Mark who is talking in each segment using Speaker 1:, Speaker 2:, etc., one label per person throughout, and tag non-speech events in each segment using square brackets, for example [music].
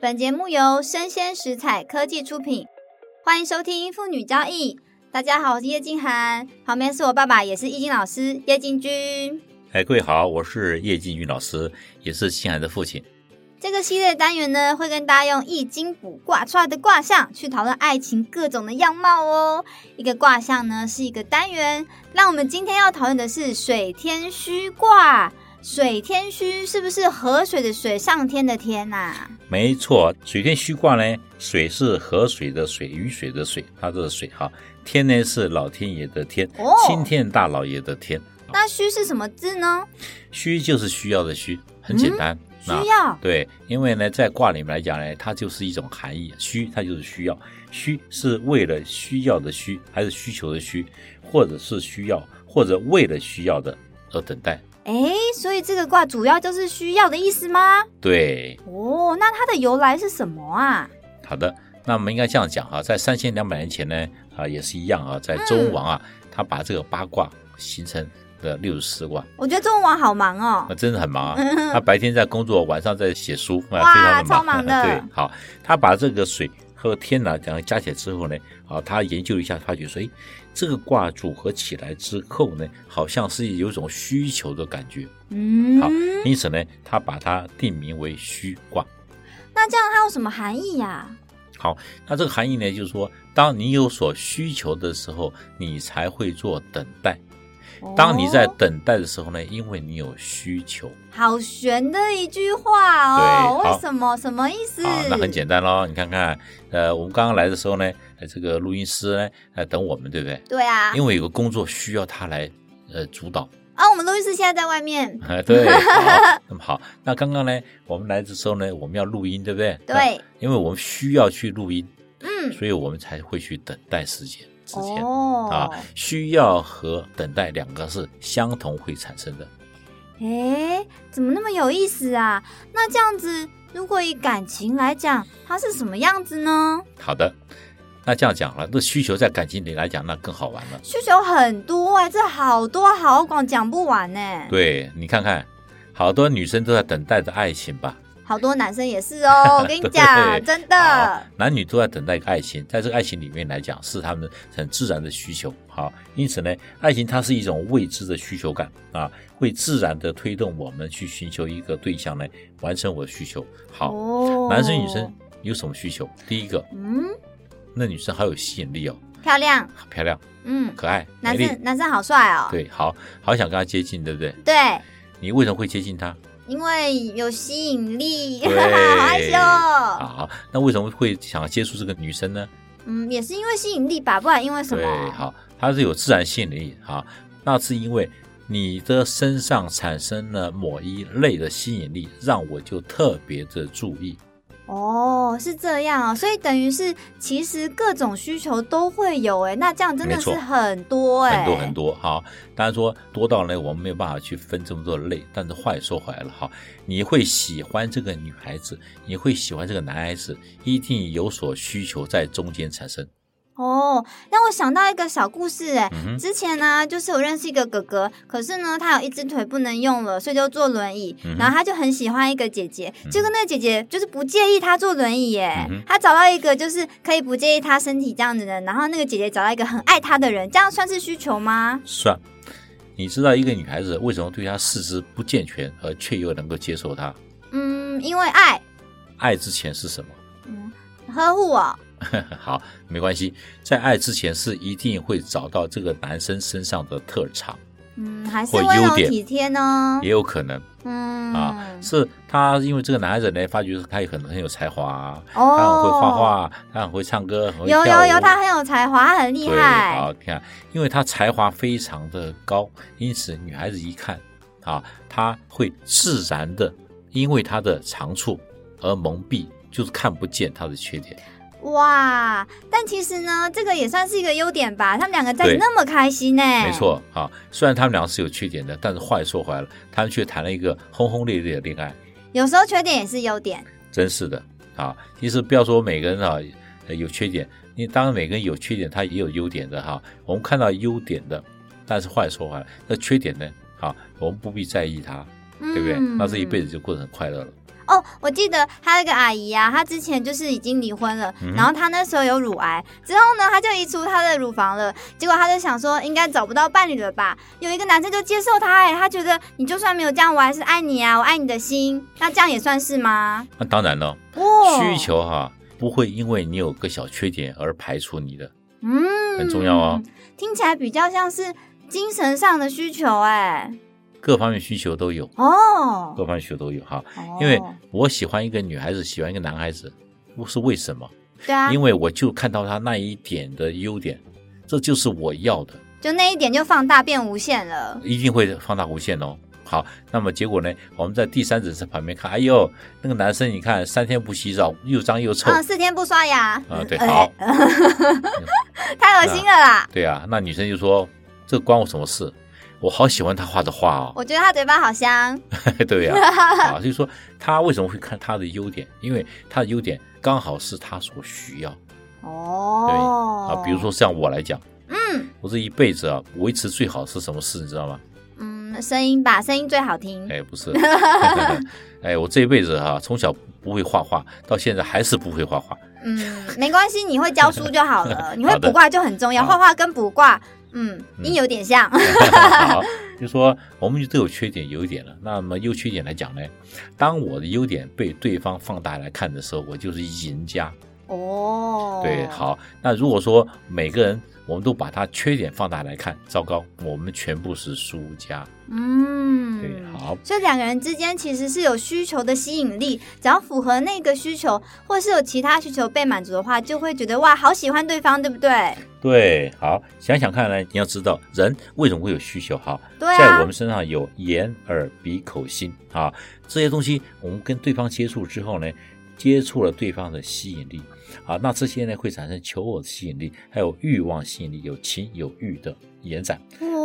Speaker 1: 本节目由生鲜食材科技出品，欢迎收听《妇女交易》。大家好，我是叶静涵，旁边是我爸爸，也是易经老师叶进军。
Speaker 2: 哎，各位好，我是叶进云老师，也是青海的父亲。
Speaker 1: 这个系列单元呢，会跟大家用易经卜卦出来的卦象去讨论爱情各种的样貌哦。一个卦象呢是一个单元，那我们今天要讨论的是水天虚卦。水天虚是不是河水的水，上天的天啊呐、
Speaker 2: 没错，水天虚卦呢，水是河水的水，雨水的水，它的水哈。天呢是老天爷的天
Speaker 1: 哦，
Speaker 2: 青天大老爷的天。
Speaker 1: 那虚是什么字呢？
Speaker 2: 虚就是需要的虚，很简单。
Speaker 1: 嗯需
Speaker 2: 那
Speaker 1: 要
Speaker 2: 对，因为呢，在卦里面来讲呢，它就是一种含义，虚它就是需要，虚是为了需要的需，还是需求的需，或者是需要，或者为了需要的而等待。
Speaker 1: 诶，所以这个卦主要就是需要的意思吗？
Speaker 2: 对，
Speaker 1: 哦，那它的由来是什么啊？
Speaker 2: 好的，那我们应该这样讲哈、在三千两百年前呢，啊，也是一样啊，在周文王啊，他把这个八卦形成的六十四卦，
Speaker 1: 我觉得中文网好忙哦
Speaker 2: 那。真的很忙啊。他白天在工作，晚上在写书，啊，
Speaker 1: 嗯哇
Speaker 2: 非常地
Speaker 1: 超
Speaker 2: 忙。
Speaker 1: 忙的
Speaker 2: [laughs] 对，好，他把这个水和天呢、然后加起来之后呢，啊，他研究一下，发觉说，哎，这个卦组合起来之后呢，好像是有一种需求的感觉，好
Speaker 1: 嗯，
Speaker 2: 因此呢，他把它定名为虚卦。
Speaker 1: 那这样它有什么含义啊呀、
Speaker 2: 那这个含义呢，就是说，当你有所需求的时候，你才会做等待。当你在
Speaker 1: 哦
Speaker 2: 等待的时候呢，因为你有需求
Speaker 1: 好悬的一句话哦，
Speaker 2: 对好
Speaker 1: 为什么？什么意思？
Speaker 2: 啊，那很简单咯。你看看，呃，我们刚刚来的时候呢，呃这个录音师呢，呃，等我们，对不对？
Speaker 1: 对啊，
Speaker 2: 因为有个工作需要他来，呃，主
Speaker 1: [laughs]
Speaker 2: 导。 [laughs]
Speaker 1: 啊，我们录音师现在在外面。
Speaker 2: 啊，对，好，那么好，那刚刚呢，我们来的时候呢，我们要录音，对不对？那，
Speaker 1: 对，
Speaker 2: 因为我们需要去录音，
Speaker 1: 嗯，
Speaker 2: 所以我们才会去等待时间之间。
Speaker 1: 哦，
Speaker 2: 啊，需要和等待两个是相同会产生的。
Speaker 1: 诶，怎么那么有意思啊？那这样子，如果以感情来讲，它是什么样子呢？
Speaker 2: 好的，那这样讲了，那需求在感情里来讲，那更好玩了。
Speaker 1: 需求很多哎、这好多好广讲不完呢、，
Speaker 2: 对你看看，好多女生都在等待着爱情吧？
Speaker 1: 好多男生也是
Speaker 2: [laughs]
Speaker 1: 哦，我跟你讲，
Speaker 2: 对
Speaker 1: 真
Speaker 2: 啊
Speaker 1: 的，，
Speaker 2: 男女都在等待一个爱情，在这个爱情里面来讲，是他们很自然的需求。好，因此呢，爱情它是一种未知的需求感啊，会自然的推动我们去寻求一个对象来完成我的需求。好，
Speaker 1: 哦
Speaker 2: 男生女生，有什么需求？第一个，
Speaker 1: 嗯，
Speaker 2: 那女生好有吸引力哦，
Speaker 1: 漂亮，
Speaker 2: 好漂亮。
Speaker 1: 嗯，
Speaker 2: 可爱、美
Speaker 1: 男
Speaker 2: 丽，
Speaker 1: 生男生好帅哦，
Speaker 2: 对，好好想跟他接近，对不对？
Speaker 1: 对
Speaker 2: 你为什么会接近他？
Speaker 1: 因为有吸引力，[laughs]
Speaker 2: 对
Speaker 1: 好害羞哦，
Speaker 2: 好，那为什么会想接触这个女生呢？
Speaker 1: 嗯，也是因为吸引力吧，不然因为什
Speaker 2: 对，
Speaker 1: 么？
Speaker 2: 好，她是有自然吸引力啊，那是因为你的身上产生了某一类的吸引力，让我就特别的注意。
Speaker 1: 哦，是这样哦，所以等于是其实各种需求都会有哎，那这样真的
Speaker 2: 没错
Speaker 1: 是很多哎，
Speaker 2: 很多很多哈、当然说多到呢，我们没有办法去分这么多的类。但是话也说回来了哈、你会喜欢这个女孩子，你会喜欢这个男孩子，一定有所需求在中间产生。
Speaker 1: 哦，让我想到一个小故事哎、
Speaker 2: 嗯哼，
Speaker 1: 之前呢、就是我认识一个哥哥，可是呢，他有一只腿不能用了，所以就坐轮椅。
Speaker 2: 嗯哼
Speaker 1: 然后他就很喜欢一个姐姐，
Speaker 2: 嗯
Speaker 1: 结果那个姐姐就是不介意他坐轮椅耶。
Speaker 2: 嗯哼
Speaker 1: 他找到一个就是可以不介意他身体这样的人，然后那个姐姐找到一个很爱他的人，这样算是需求吗？
Speaker 2: 算。你知道一个女孩子为什么对她四肢不健全，而却又能够接受她？
Speaker 1: 嗯，因为爱，
Speaker 2: 爱之前是什么？ [laughs]
Speaker 1: 嗯，呵护哦我。
Speaker 2: 好，没关系，在爱之前是一定会找到这个男生身上的特长，
Speaker 1: 嗯，还是
Speaker 2: 或
Speaker 1: 温柔
Speaker 2: 优点
Speaker 1: 体贴呢
Speaker 2: 也。有可能
Speaker 1: 嗯，
Speaker 2: 啊，是他因为这个男孩子呢，发觉他也很很有才华、他很会
Speaker 1: 哦，
Speaker 2: 画画，他很会唱歌，很会
Speaker 1: 有
Speaker 2: 跳
Speaker 1: 有
Speaker 2: 舞
Speaker 1: 有，他很有才华，他很厉
Speaker 2: 对，啊
Speaker 1: 害。
Speaker 2: 好，你看，因为他才华非常的高，因此女孩子一看啊，她会自然的因为她的长处而蒙蔽，就是看不见她的缺点。
Speaker 1: 哇！但其实呢，这个也算是一个优点吧。他们两个在一起
Speaker 2: 对
Speaker 1: 那么开心呢、
Speaker 2: 没。错啊，虽然他们俩是有缺点的，但是话也说回来了，他们却谈了一个轰轰烈烈的恋爱，
Speaker 1: 有时候缺点也是优点。
Speaker 2: 真是的啊。其实不要说每个人啊呃有缺点，你当然每个人有缺点，他也有优点的哈、啊我们看到优点的，但是话也说回来，那缺点呢？啊，我们不必在意它。
Speaker 1: 嗯、
Speaker 2: 对不对？那这一辈子就过得很快乐了。
Speaker 1: 哦，我记得他那个阿姨啊，她之前就是已经离婚了，
Speaker 2: 嗯哼
Speaker 1: 然后她那时候有乳癌，之后呢，她就移除她的乳房了。结果她就想说，应该找不到伴侣了吧？有一个男生就接受她、欸，他觉得你就算没有这样，我还是爱你啊，我爱你的心。那这样也算是吗？哦
Speaker 2: 那当然了，
Speaker 1: 哇、
Speaker 2: 需，求哈、不会因为你有个小缺点而排除你的，
Speaker 1: 嗯
Speaker 2: 很重要哦。
Speaker 1: 听起来比较像是精神上的需求、欸，
Speaker 2: 各方面需求都有，
Speaker 1: 哦，
Speaker 2: 各方面需求都有哈。因为我喜欢一个女孩子，喜欢一个男孩子，是为什么？
Speaker 1: 对啊，
Speaker 2: 因为我就看到他那一点的优点，这就是我要的，
Speaker 1: 就那一点就放大变无限了。
Speaker 2: 一定会放大无限哦。好，那么结果呢？我们在第三者在旁边看，哎呦，那个男生你看三天不洗澡，又脏又臭
Speaker 1: 嗯，四天不刷牙，
Speaker 2: 啊，对，
Speaker 1: 呃
Speaker 2: 好，
Speaker 1: [laughs] 太恶心了啦！
Speaker 2: 对啊，那女生就说这关我什么事？我好喜欢他画的画哦，
Speaker 1: 我觉得他嘴巴好香，
Speaker 2: [laughs] 对
Speaker 1: [laughs]
Speaker 2: 呀、啊，啊，所以说他为什么会看他的优点？因为他的优点刚好是他所需要
Speaker 1: 哦，
Speaker 2: 啊。比如，说像我来讲，
Speaker 1: 嗯
Speaker 2: 我这一辈子啊，维持最好是什么事？你知道吗？
Speaker 1: 嗯，声音吧，声音最好听，
Speaker 2: 哎，
Speaker 1: [laughs]
Speaker 2: 不是，哎，我这一辈子哈、从小不会画画，到现在还是不会画画。 [laughs]
Speaker 1: 嗯，没关系，你会教书就好了，你会
Speaker 2: 好的嗯
Speaker 1: 卜卦就很重要，画
Speaker 2: 好
Speaker 1: 画跟卜卦，嗯，音有点像，
Speaker 2: 好，就说我们都有缺点优点了。那么优缺点来讲呢，当我的优点被对方放大来看的时候，我就是赢家。
Speaker 1: 哦，
Speaker 2: 对，，好，那如果说每个人我们都把他缺点放大来看，糟糕，我们全部是输家。
Speaker 1: 嗯，
Speaker 2: 对，好，
Speaker 1: 所以两个人之间其实是有需求的吸引力，只要符合那个需求，或是有其他需求被满足的话，就会觉得哇，好喜欢对方，对不对？
Speaker 2: 对，好，想想看呢，你要知道人为什么会有需求哈。
Speaker 1: 对啊，
Speaker 2: 在我们身上有眼、耳、鼻、口、心啊，这些东西，我们跟对方接触之后呢，接触了对方的吸引力啊，那这些呢会产生求偶的吸引力，还有欲望吸引力，有情有欲的延展，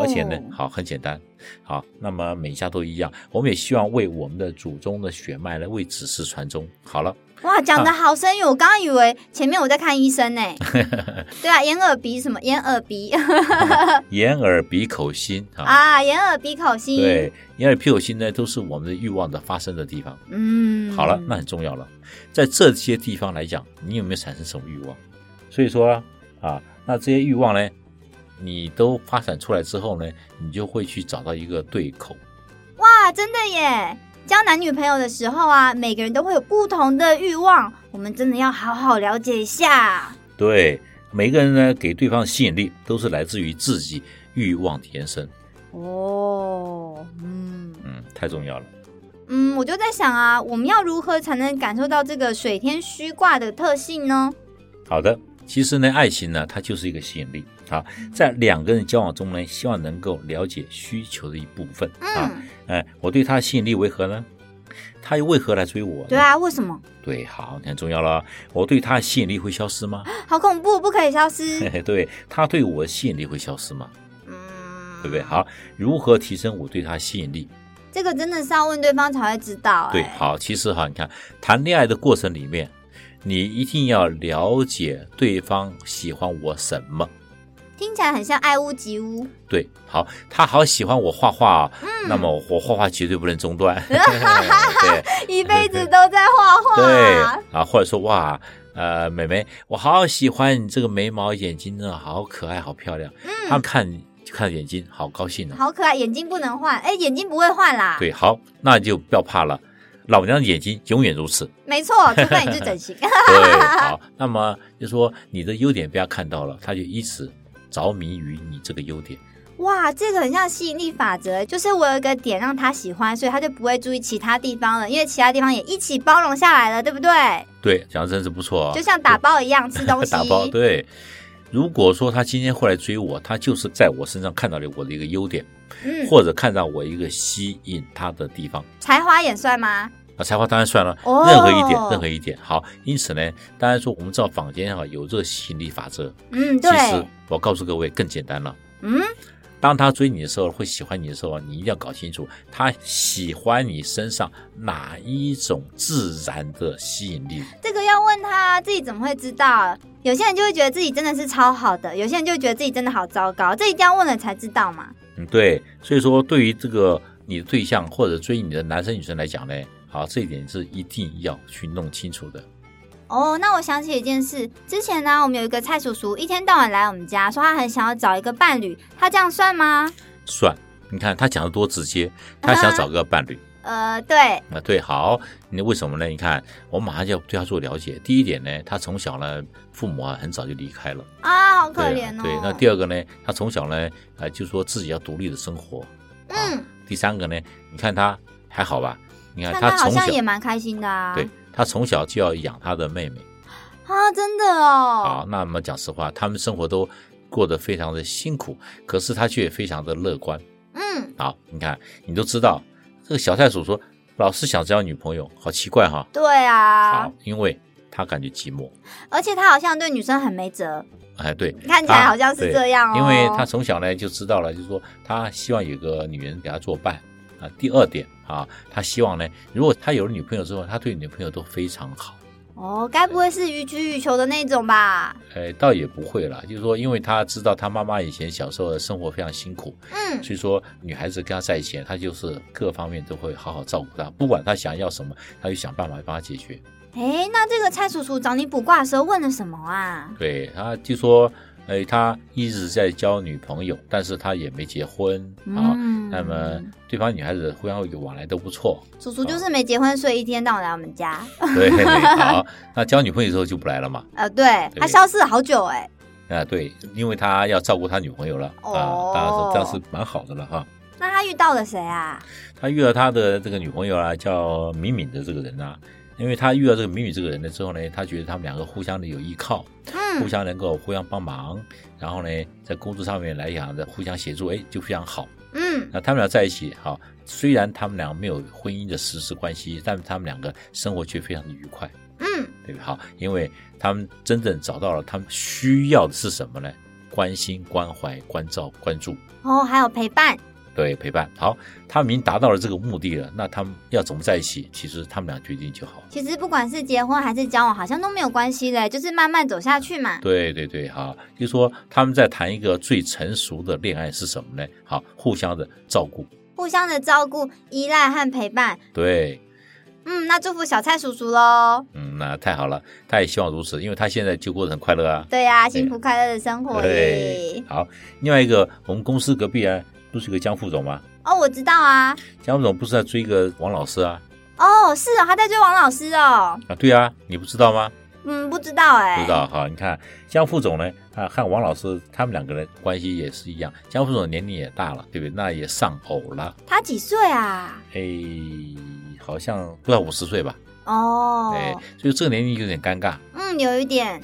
Speaker 2: 而且呢，
Speaker 1: 哦
Speaker 2: 好很简单，好，那么每一家都一样，我们也希望为我们的祖宗的血脉来为子嗣传宗。好了，
Speaker 1: 哇，讲
Speaker 2: 啊
Speaker 1: 的好深远，我刚刚以为前面我在看医生
Speaker 2: [laughs]
Speaker 1: 呢。对啊，眼耳鼻什么眼耳鼻 [laughs]
Speaker 2: 眼、耳、鼻、口、心啊，
Speaker 1: 啊，眼耳鼻口心。，
Speaker 2: 对，眼、耳、鼻、口、心呢都是我们的欲望的发生的地方。
Speaker 1: 嗯，
Speaker 2: 好了，那很重要了。在这些地方来讲，你有没有产生什么欲望？所以说啊啊，那这些欲望呢，你都发展出来之后呢，你就会去找到一个对口。
Speaker 1: 哇，真的耶！交男女朋友的时候啊，每个人都会有不同的欲望，我们真的要好好了解一下。
Speaker 2: 对，每个人呢给对方的吸引力都是来自于自己欲望的延伸。
Speaker 1: 哦，嗯
Speaker 2: 嗯，太重要了。
Speaker 1: 嗯，我就在想啊，我们要如何才能感受到这个水天虚卦的特性呢？
Speaker 2: 好的，其实呢，爱情呢，它就是一个吸引力啊，在两个人交往中呢，希望能够了解需求的一部分啊。
Speaker 1: 嗯，
Speaker 2: 哎、我对他的吸引力为何呢？他又为何来追我呢？
Speaker 1: 对啊，为什么？
Speaker 2: 对，好，很重要了。我对他的吸引力会消
Speaker 1: [gasps]
Speaker 2: 失吗？
Speaker 1: 好恐怖，不可以消
Speaker 2: 嘿
Speaker 1: 失。
Speaker 2: 嘿，对他对我的吸引力会消失吗？
Speaker 1: 嗯，
Speaker 2: 对不对？好，如何提升我对他的吸引力？
Speaker 1: 这个真的是要问对方才会知道、哎
Speaker 2: 对，好，其实哈，你看谈恋爱的过程里面，你一定要了解对方喜欢我什么。
Speaker 1: 听起来很像爱屋及乌。
Speaker 2: [laughs] 对，好，他好喜欢我画画、啊，那么我画画绝对不能中断。对
Speaker 1: 一辈子都在画
Speaker 2: 对
Speaker 1: 画。
Speaker 2: 啊，或者说哇，呃，美眉，我好喜欢你这个眉毛、眼睛真的好可爱，好漂亮。他们看你就看眼睛，好高兴呢、啊
Speaker 1: 好可爱，眼睛不能换，哎，眼睛不会换啦。，
Speaker 2: 对，好，那就不要怕了，老娘的眼睛永远如此。
Speaker 1: 没错，除非你去整形。 [laughs]
Speaker 2: 对，好，那么就说你的优点被他看到了，他就一直着迷于你这个优点。
Speaker 1: 哇，这个很像吸引力法则，就是我有一个点让他喜欢，所以他就不会注意其他地方了，因为其他地方也一起包容下来了，对不对？
Speaker 2: 对，讲的真是不错、哦，
Speaker 1: 就像打包一样，吃东西。
Speaker 2: [laughs] 打包。对，如果说他今天会来追我，他就是在我身上看到了我的一个优点，
Speaker 1: 嗯，
Speaker 2: 或者看到我一个吸引他的地方。
Speaker 1: 才华也算吗？
Speaker 2: 啊，才华当然算了，
Speaker 1: 哦
Speaker 2: 任何一点，任何一点。好，因此呢，当然说我们知道坊间哈有这个吸引力法则，
Speaker 1: 嗯，
Speaker 2: 其实
Speaker 1: 对。
Speaker 2: 我告诉各位更简单了。
Speaker 1: 嗯，
Speaker 2: 当他追你的时候，会喜欢你的时候，你一定要搞清楚他喜欢你身上哪一种自然的吸引力。
Speaker 1: 这个要问他自己怎么会知道？有些人就会觉得自己真的是超好的，有些人就会觉得自己真的好糟糕，这一定要问了才知道嘛。
Speaker 2: 嗯，对。所以说，对于这个你的对象或者追你的男生女生来讲呢，好，这一点是一定要去弄清楚的。
Speaker 1: 哦，那我想起一件事，之前呢，我们有一个蔡叔叔，一天到晚来我们家，说他很想要找一个伴侣，他这样算吗？
Speaker 2: 算，你看他讲的多直接，他想找个伴侣。
Speaker 1: 呃，对，
Speaker 2: 啊，对，好，那为什么呢？你看，我马上就要对他做了解。第一点呢，他从小呢，父母啊很早就离开了，
Speaker 1: 啊，好可
Speaker 2: 对
Speaker 1: 怜哦。
Speaker 2: 对。那第二个呢，他从小呢，啊，就说自己要独立的生活。啊
Speaker 1: 嗯，
Speaker 2: 第三个呢，你看他还好吧？你看
Speaker 1: 看
Speaker 2: 他
Speaker 1: 他好
Speaker 2: 从小
Speaker 1: 像也蛮开心的啊。
Speaker 2: 对他从小就要养他的妹妹。
Speaker 1: 啊，真的哦。
Speaker 2: 好，啊那么讲实话，他们生活都过得非常的辛苦，可是他却非常的乐观。
Speaker 1: 嗯，
Speaker 2: 好，你看，你都知道这个小袋鼠说，老是想交女朋友，好奇怪哈。
Speaker 1: 对啊
Speaker 2: 好，，因为他感觉寂寞。
Speaker 1: 而且他好像对女生很没辙，
Speaker 2: 哎，对，
Speaker 1: 看起来
Speaker 2: 他
Speaker 1: 好像是
Speaker 2: 啊对
Speaker 1: 这样哦。
Speaker 2: 因为他从小呢就知道了，就是说他希望有个女人给他作伴啊。第二点啊，他希望呢，如果他有了女朋友之后，他对女朋友都非常好。
Speaker 1: 哦，该不会是予取予求的那种吧？
Speaker 2: 呃，倒也不会啦，就是说，因为他知道他妈妈以前小时候的生活非常辛苦，
Speaker 1: 嗯，
Speaker 2: 所以说女孩子跟他在一起，他就是各方面都会好好照顾她，不管他想要什么，他就想办法帮他解决。
Speaker 1: 哎，那这个蔡叔叔找你卜卦的时候问了什么啊？
Speaker 2: 对，他就说，哎，他一直在交女朋友，但是他也没结婚啊。
Speaker 1: 嗯
Speaker 2: 那么对方女孩子互相有往来都不错，
Speaker 1: 叔叔就是没结婚，所以一天到晚来我们家。
Speaker 2: 对，好，那交女朋友之后就不来了嘛，
Speaker 1: 呃，对，
Speaker 2: 对
Speaker 1: 他消失了好久哎、
Speaker 2: 啊，对，因为他要照顾他女朋友了啊，当然
Speaker 1: 哦
Speaker 2: 是这样是蛮好的了哈。
Speaker 1: 那他遇到了谁啊？
Speaker 2: 他遇到他的这个女朋友啊，叫敏敏的这个人啊，因为他遇到这个敏敏这个人了之后呢，他觉得他们两个互相的有依靠，互
Speaker 1: 嗯，
Speaker 2: 相能够互相帮忙，然后呢，在工作上面来讲的互相协助，哎，就非常好。
Speaker 1: 嗯，
Speaker 2: 那他们俩在一起，好、虽然他们俩没有婚姻的实质关系，但他们两个生活却非常的愉快，
Speaker 1: 嗯，
Speaker 2: 对吧？好，因为他们真正找到了他们需要的是什么呢？关心、关怀、关照、关注。
Speaker 1: 哦，还有陪伴，
Speaker 2: 对，陪伴。好，他们已经达到了这个目的了，那他们要怎么在一起？其实他们俩决定就好。
Speaker 1: 其实不管是结婚还是交往，好像都没有关系嘞，就是慢慢走下去嘛。
Speaker 2: 对对对，好，就说他们在谈一个最成熟的恋爱是什么呢？好，互相的照顾。
Speaker 1: 互相的照顾、依赖和陪伴。
Speaker 2: 对，
Speaker 1: 嗯，那祝福小蔡叔叔喽。
Speaker 2: 嗯，那太好了，他也希望如此，因为他现在就过得很快乐啊。
Speaker 1: 对呀、幸福快乐的生活耶。
Speaker 2: 好，另外一个，我们公司隔壁啊，不是有个江副总吗？
Speaker 1: 哦，我知道啊。
Speaker 2: 江副总不是在追一个王老师啊？
Speaker 1: 哦，是哦，他在追王老师哦。
Speaker 2: 啊，对啊，你不知道吗？
Speaker 1: 嗯，不知道哎、
Speaker 2: 不知道哈，你看江副总呢，啊，和王老师他们两个人关系也是一样。江副总年龄也大了，对不对？那也丧偶了，
Speaker 1: 他几岁啊？
Speaker 2: 哎，好像不到五十岁吧，
Speaker 1: 哦，
Speaker 2: 哎，所以这个年龄有点尴尬。
Speaker 1: 嗯，有一点。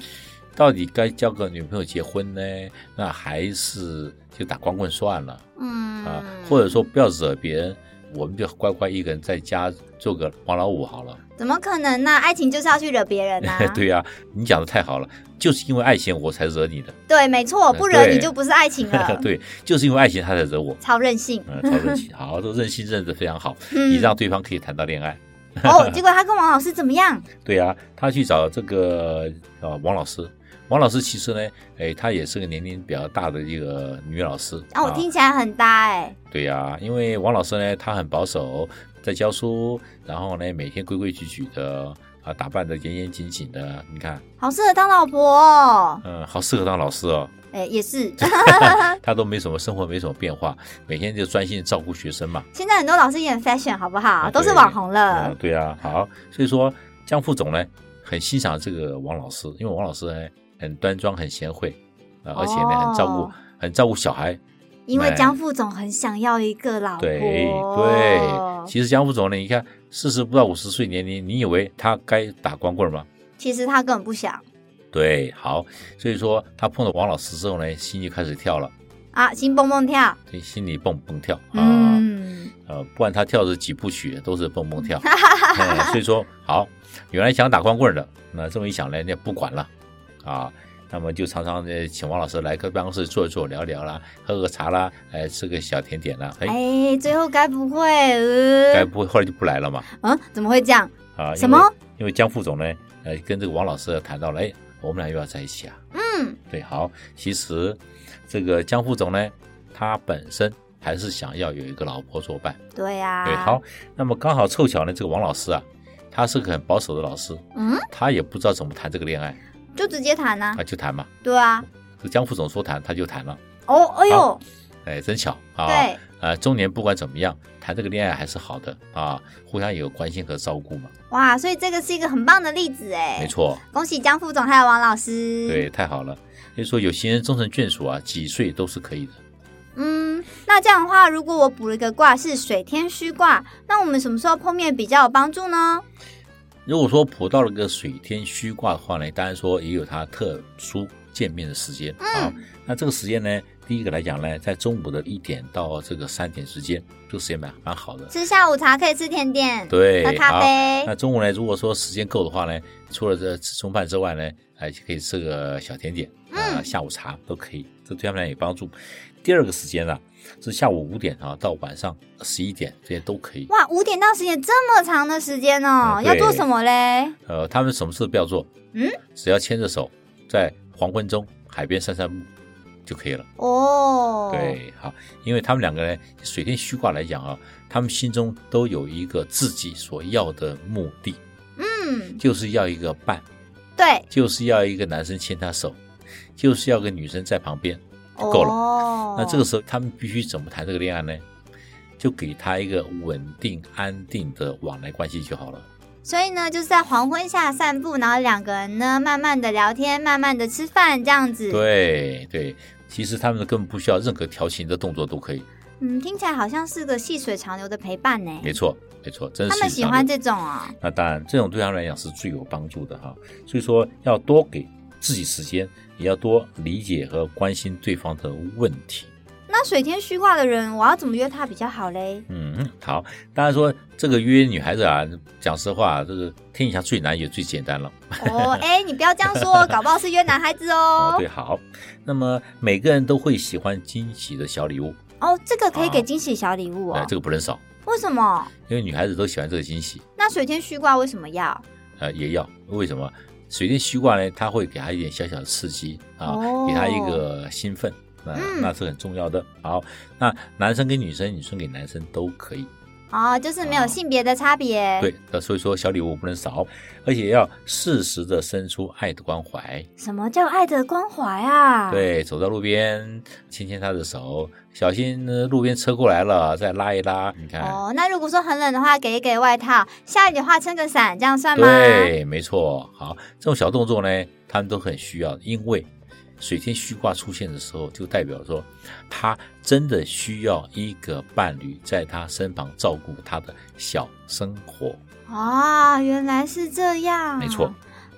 Speaker 2: 到底该交个女朋友结婚呢，那还是就打光棍算了
Speaker 1: 嗯，
Speaker 2: 啊？或者说不要惹别人，我们就乖乖一个人在家做个王老五好了。哎
Speaker 1: 怎么可能呢、爱情就是要去惹别人啊呐、
Speaker 2: [laughs] 对呀、你讲的太好了，就是因为爱情我才惹你的，
Speaker 1: 对没错，不惹
Speaker 2: 对
Speaker 1: 你就不是爱情了。，
Speaker 2: [laughs] 对，就是因为爱情他才惹我。
Speaker 1: 超任性。
Speaker 2: 嗯，超任性，好，这个任性认得非常好，你
Speaker 1: 嗯，
Speaker 2: 让对方可以谈到恋爱。 [laughs]
Speaker 1: 哦，结果他跟王老师怎么样？
Speaker 2: 对啊，他去找这个呃王老师，王老师其实呢，哎，她也是个年龄比较大的一个女老师。啊
Speaker 1: 哦，我听起来很搭哎、
Speaker 2: 对呀、因为王老师呢，他很保守，在教书，然后呢，每天规规矩矩的。啊，打扮的严严谨谨的，你看，
Speaker 1: 好适合当老婆哦。
Speaker 2: 嗯，好适合当老师
Speaker 1: [laughs]
Speaker 2: 哦。 [laughs]
Speaker 1: 哎、也是，
Speaker 2: 他都没什么生活，没什么变化，每天就专心照顾学生嘛。
Speaker 1: 现在很多老师也很 fashion，好不好？
Speaker 2: 啊
Speaker 1: 都是
Speaker 2: 对
Speaker 1: 网红了。
Speaker 2: 嗯，对啊，好，所以说江副总呢很欣赏这个王老师，因为王老师呢很端庄、很贤惠，啊、而且呢很照顾
Speaker 1: 哦、
Speaker 2: 很照顾小孩。
Speaker 1: 因为
Speaker 2: 哎
Speaker 1: 江副总很想要一个老婆。
Speaker 2: 对对，其实江副总呢，你看四十不到五十岁年龄，你以为他该打光棍吗？
Speaker 1: 其实他根本不想
Speaker 2: 对，好，所以说他碰到王老师之后呢，心就开始跳了，
Speaker 1: 啊，心蹦蹦跳。
Speaker 2: 所以心里蹦蹦跳啊。
Speaker 1: 嗯，
Speaker 2: 呃，不管他跳的几部曲都是蹦蹦
Speaker 1: [laughs]
Speaker 2: 跳，哎所以说好，原来想打光棍的，那这么一想呢，那不管了啊，那么就常常的请王老师来个办公室坐一坐，聊聊啦，喝个茶啦，哎，吃个小甜点啦，哎，
Speaker 1: 哎，最后该不会，呃
Speaker 2: 该不会后来就不来了嘛？
Speaker 1: 嗯，怎么会这样？
Speaker 2: 啊，因为
Speaker 1: 什么？
Speaker 2: 因为江副总呢，呃，跟这个王老师谈到了，哎，我们俩又要在一起啊，
Speaker 1: 嗯，
Speaker 2: 对，好，其实这个江副总呢，他本身还是想要有一个老婆作伴。
Speaker 1: 对呀、
Speaker 2: 对，好，那么刚好凑巧呢，这个王老师啊，他是个很保守的老师，
Speaker 1: 嗯，
Speaker 2: 他也不知道怎么谈这个恋爱，
Speaker 1: 就直接谈呐、
Speaker 2: 啊，就谈嘛。
Speaker 1: 对啊，
Speaker 2: 这江副总说谈，他就谈了，
Speaker 1: 哦，哎呦
Speaker 2: 好，哎，真巧啊。
Speaker 1: 对，
Speaker 2: 啊，中年不管怎么样，谈这个恋爱还是好的啊，互相有关心和照顾嘛，
Speaker 1: 哇，所以这个是一个很棒的例子哎，
Speaker 2: 没，错，
Speaker 1: 恭喜江副总还有王老师。
Speaker 2: 对，，太好了。所以说，有情人终成眷属啊，几岁都是可以的。
Speaker 1: 嗯，那这样的话，如果我补了一个卦是水天虚卦，那我们什么时候碰面比较有帮助呢？
Speaker 2: 如果说卜到了个水天虚卦的话呢，当然说也有它特殊见面的时间、
Speaker 1: 嗯
Speaker 2: 啊。那这个时间呢，第一个来讲呢，在中午的一点到这个三点之间，这个时间蛮蛮好的。
Speaker 1: 吃下午茶可以吃甜点，
Speaker 2: 对，
Speaker 1: 喝咖
Speaker 2: 好。
Speaker 1: 啡
Speaker 2: 那，中午呢，如果说时间够的话呢，除了这吃中饭之外呢，哎，可以吃个小甜点
Speaker 1: 嗯
Speaker 2: 啊、下午茶都可以，这对他们俩有帮助。第二个时间啊，是下午五点啊到晚上十一点，这些都可以。
Speaker 1: 哇，五点到十点这么长的时间哦，
Speaker 2: 嗯
Speaker 1: 要做
Speaker 2: 对
Speaker 1: 什么嘞？
Speaker 2: 呃，他们什么事都不要做，
Speaker 1: 嗯，
Speaker 2: 只要牵着手在黄昏中海边散散步就可以了。
Speaker 1: 哦，，
Speaker 2: 对，好，因为他们两个呢，水天虚卦来讲啊，他们心中都有一个自己所要的目的，
Speaker 1: 嗯，
Speaker 2: 就是要一个伴，
Speaker 1: 对，
Speaker 2: 就是要一个男生牵她手，就是要个女生在旁边。够了
Speaker 1: 哦、
Speaker 2: 那这个时候他们必须怎么谈这个恋爱呢？就给他一个稳定安定的往来关系就好了。
Speaker 1: 所以呢，就是在黄昏下散步，然后两个人呢，慢慢的聊天，慢慢的吃饭，这样子。，
Speaker 2: 对对，其实他们根本不需要任何调情的动作都可以。
Speaker 1: 嗯，听起来好像是个细水长流的陪伴呢。
Speaker 2: 没错，没错，真是
Speaker 1: 他们喜欢。这种啊、
Speaker 2: 那当然，这种对他们来讲是最有帮助的哈。所以说，要多给自己时间，也要多理解和关心对方的问题。
Speaker 1: 那水天虚卦的人，我要怎么约他比较好
Speaker 2: [laughs]
Speaker 1: 嘞？
Speaker 2: 嗯，好。当然说这个约女孩子啊，讲实话，这个天底下最难也最简单了。
Speaker 1: 哦，哎，你不要这样
Speaker 2: [laughs]
Speaker 1: 说，搞不好是约男孩子
Speaker 2: 哦，
Speaker 1: 哦
Speaker 2: 对，。好。那么每个人都会喜欢惊喜的小礼物，
Speaker 1: 哦，这个可以给惊喜小礼物
Speaker 2: 啊哎
Speaker 1: 哦，。
Speaker 2: 这个不能少，
Speaker 1: 为什么？
Speaker 2: 因为女孩子都喜欢这个惊喜，
Speaker 1: 那水天虚卦为什么要？
Speaker 2: 呃，也要。为什么？水电虚卦呢，它会给她一点小小的刺激啊，
Speaker 1: 哦
Speaker 2: 给她一个兴奋，那、
Speaker 1: 嗯
Speaker 2: 那是很重要的。好，那男生给女生，女生给男生都可以。
Speaker 1: 哦，就是没有性别的差别。，
Speaker 2: 啊对，那所以说小礼物不能少，而且要适时的伸出爱的关怀。
Speaker 1: 什么叫爱的关怀啊？，
Speaker 2: 对，走到路边牵牵她的手，小心呃路边车过来了再拉一拉，你看。
Speaker 1: 哦，那如果说很冷的话，给一给外套；下雨的话，撑个伞，这样算吗？
Speaker 2: 对，没错。好，这种小动作呢，他们都很需要，因为水天虚卦出现的时候，就代表说他真的需要一个伴侣在他身旁照顾他的小生活。
Speaker 1: 啊，原来是这样，
Speaker 2: 没错。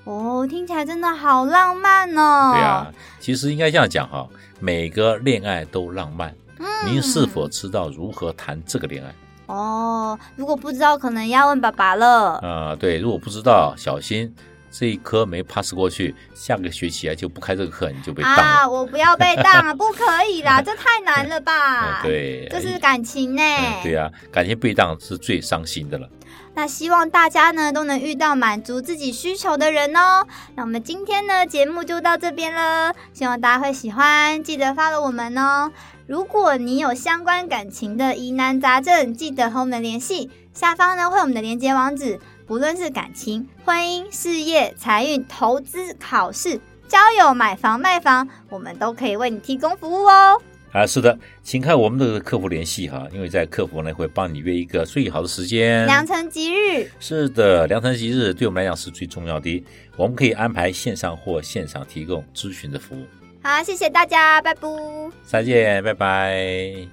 Speaker 1: 哦，听起来真的好浪漫哦。
Speaker 2: 对啊，其实应该这样讲哈、每个恋爱都浪漫。
Speaker 1: 嗯
Speaker 2: 您是否知道如何谈这个恋爱？
Speaker 1: 哦，如果不知道，可能要问爸爸了。
Speaker 2: 啊、对，如果不知道，小心这一科没 pass 过去，下个学期啊就不开这个课，你就被当了。
Speaker 1: 啊，我不要被当，不可以啦，这太难
Speaker 2: [laughs]
Speaker 1: 了吧？
Speaker 2: 嗯，，对，
Speaker 1: 这是感情呢、
Speaker 2: 嗯对呀、感情被当是最伤心的了。
Speaker 1: 那希望大家呢都能遇到满足自己需求的人哦。那我们今天呢节目就到这边了，希望大家会喜欢，记得 follow 我们哦。如果你有相关感情的疑难杂症，记得和我们联系。下方呢会有我们的连接网址，不论是感情、婚姻、事业、财运、投资、考试、交友、买房、卖房，我们都可以为你提供服务哦。
Speaker 2: 啊，是的，请看我们的客服联系哈，因为在客服呢会帮你约一个最好的时间。
Speaker 1: 良辰吉日，
Speaker 2: 是的，良辰吉日对我们来讲是最重要的，我们可以安排线上或现场提供咨询的服务。
Speaker 1: 好，谢谢大家，拜拜。
Speaker 2: 再见，拜拜。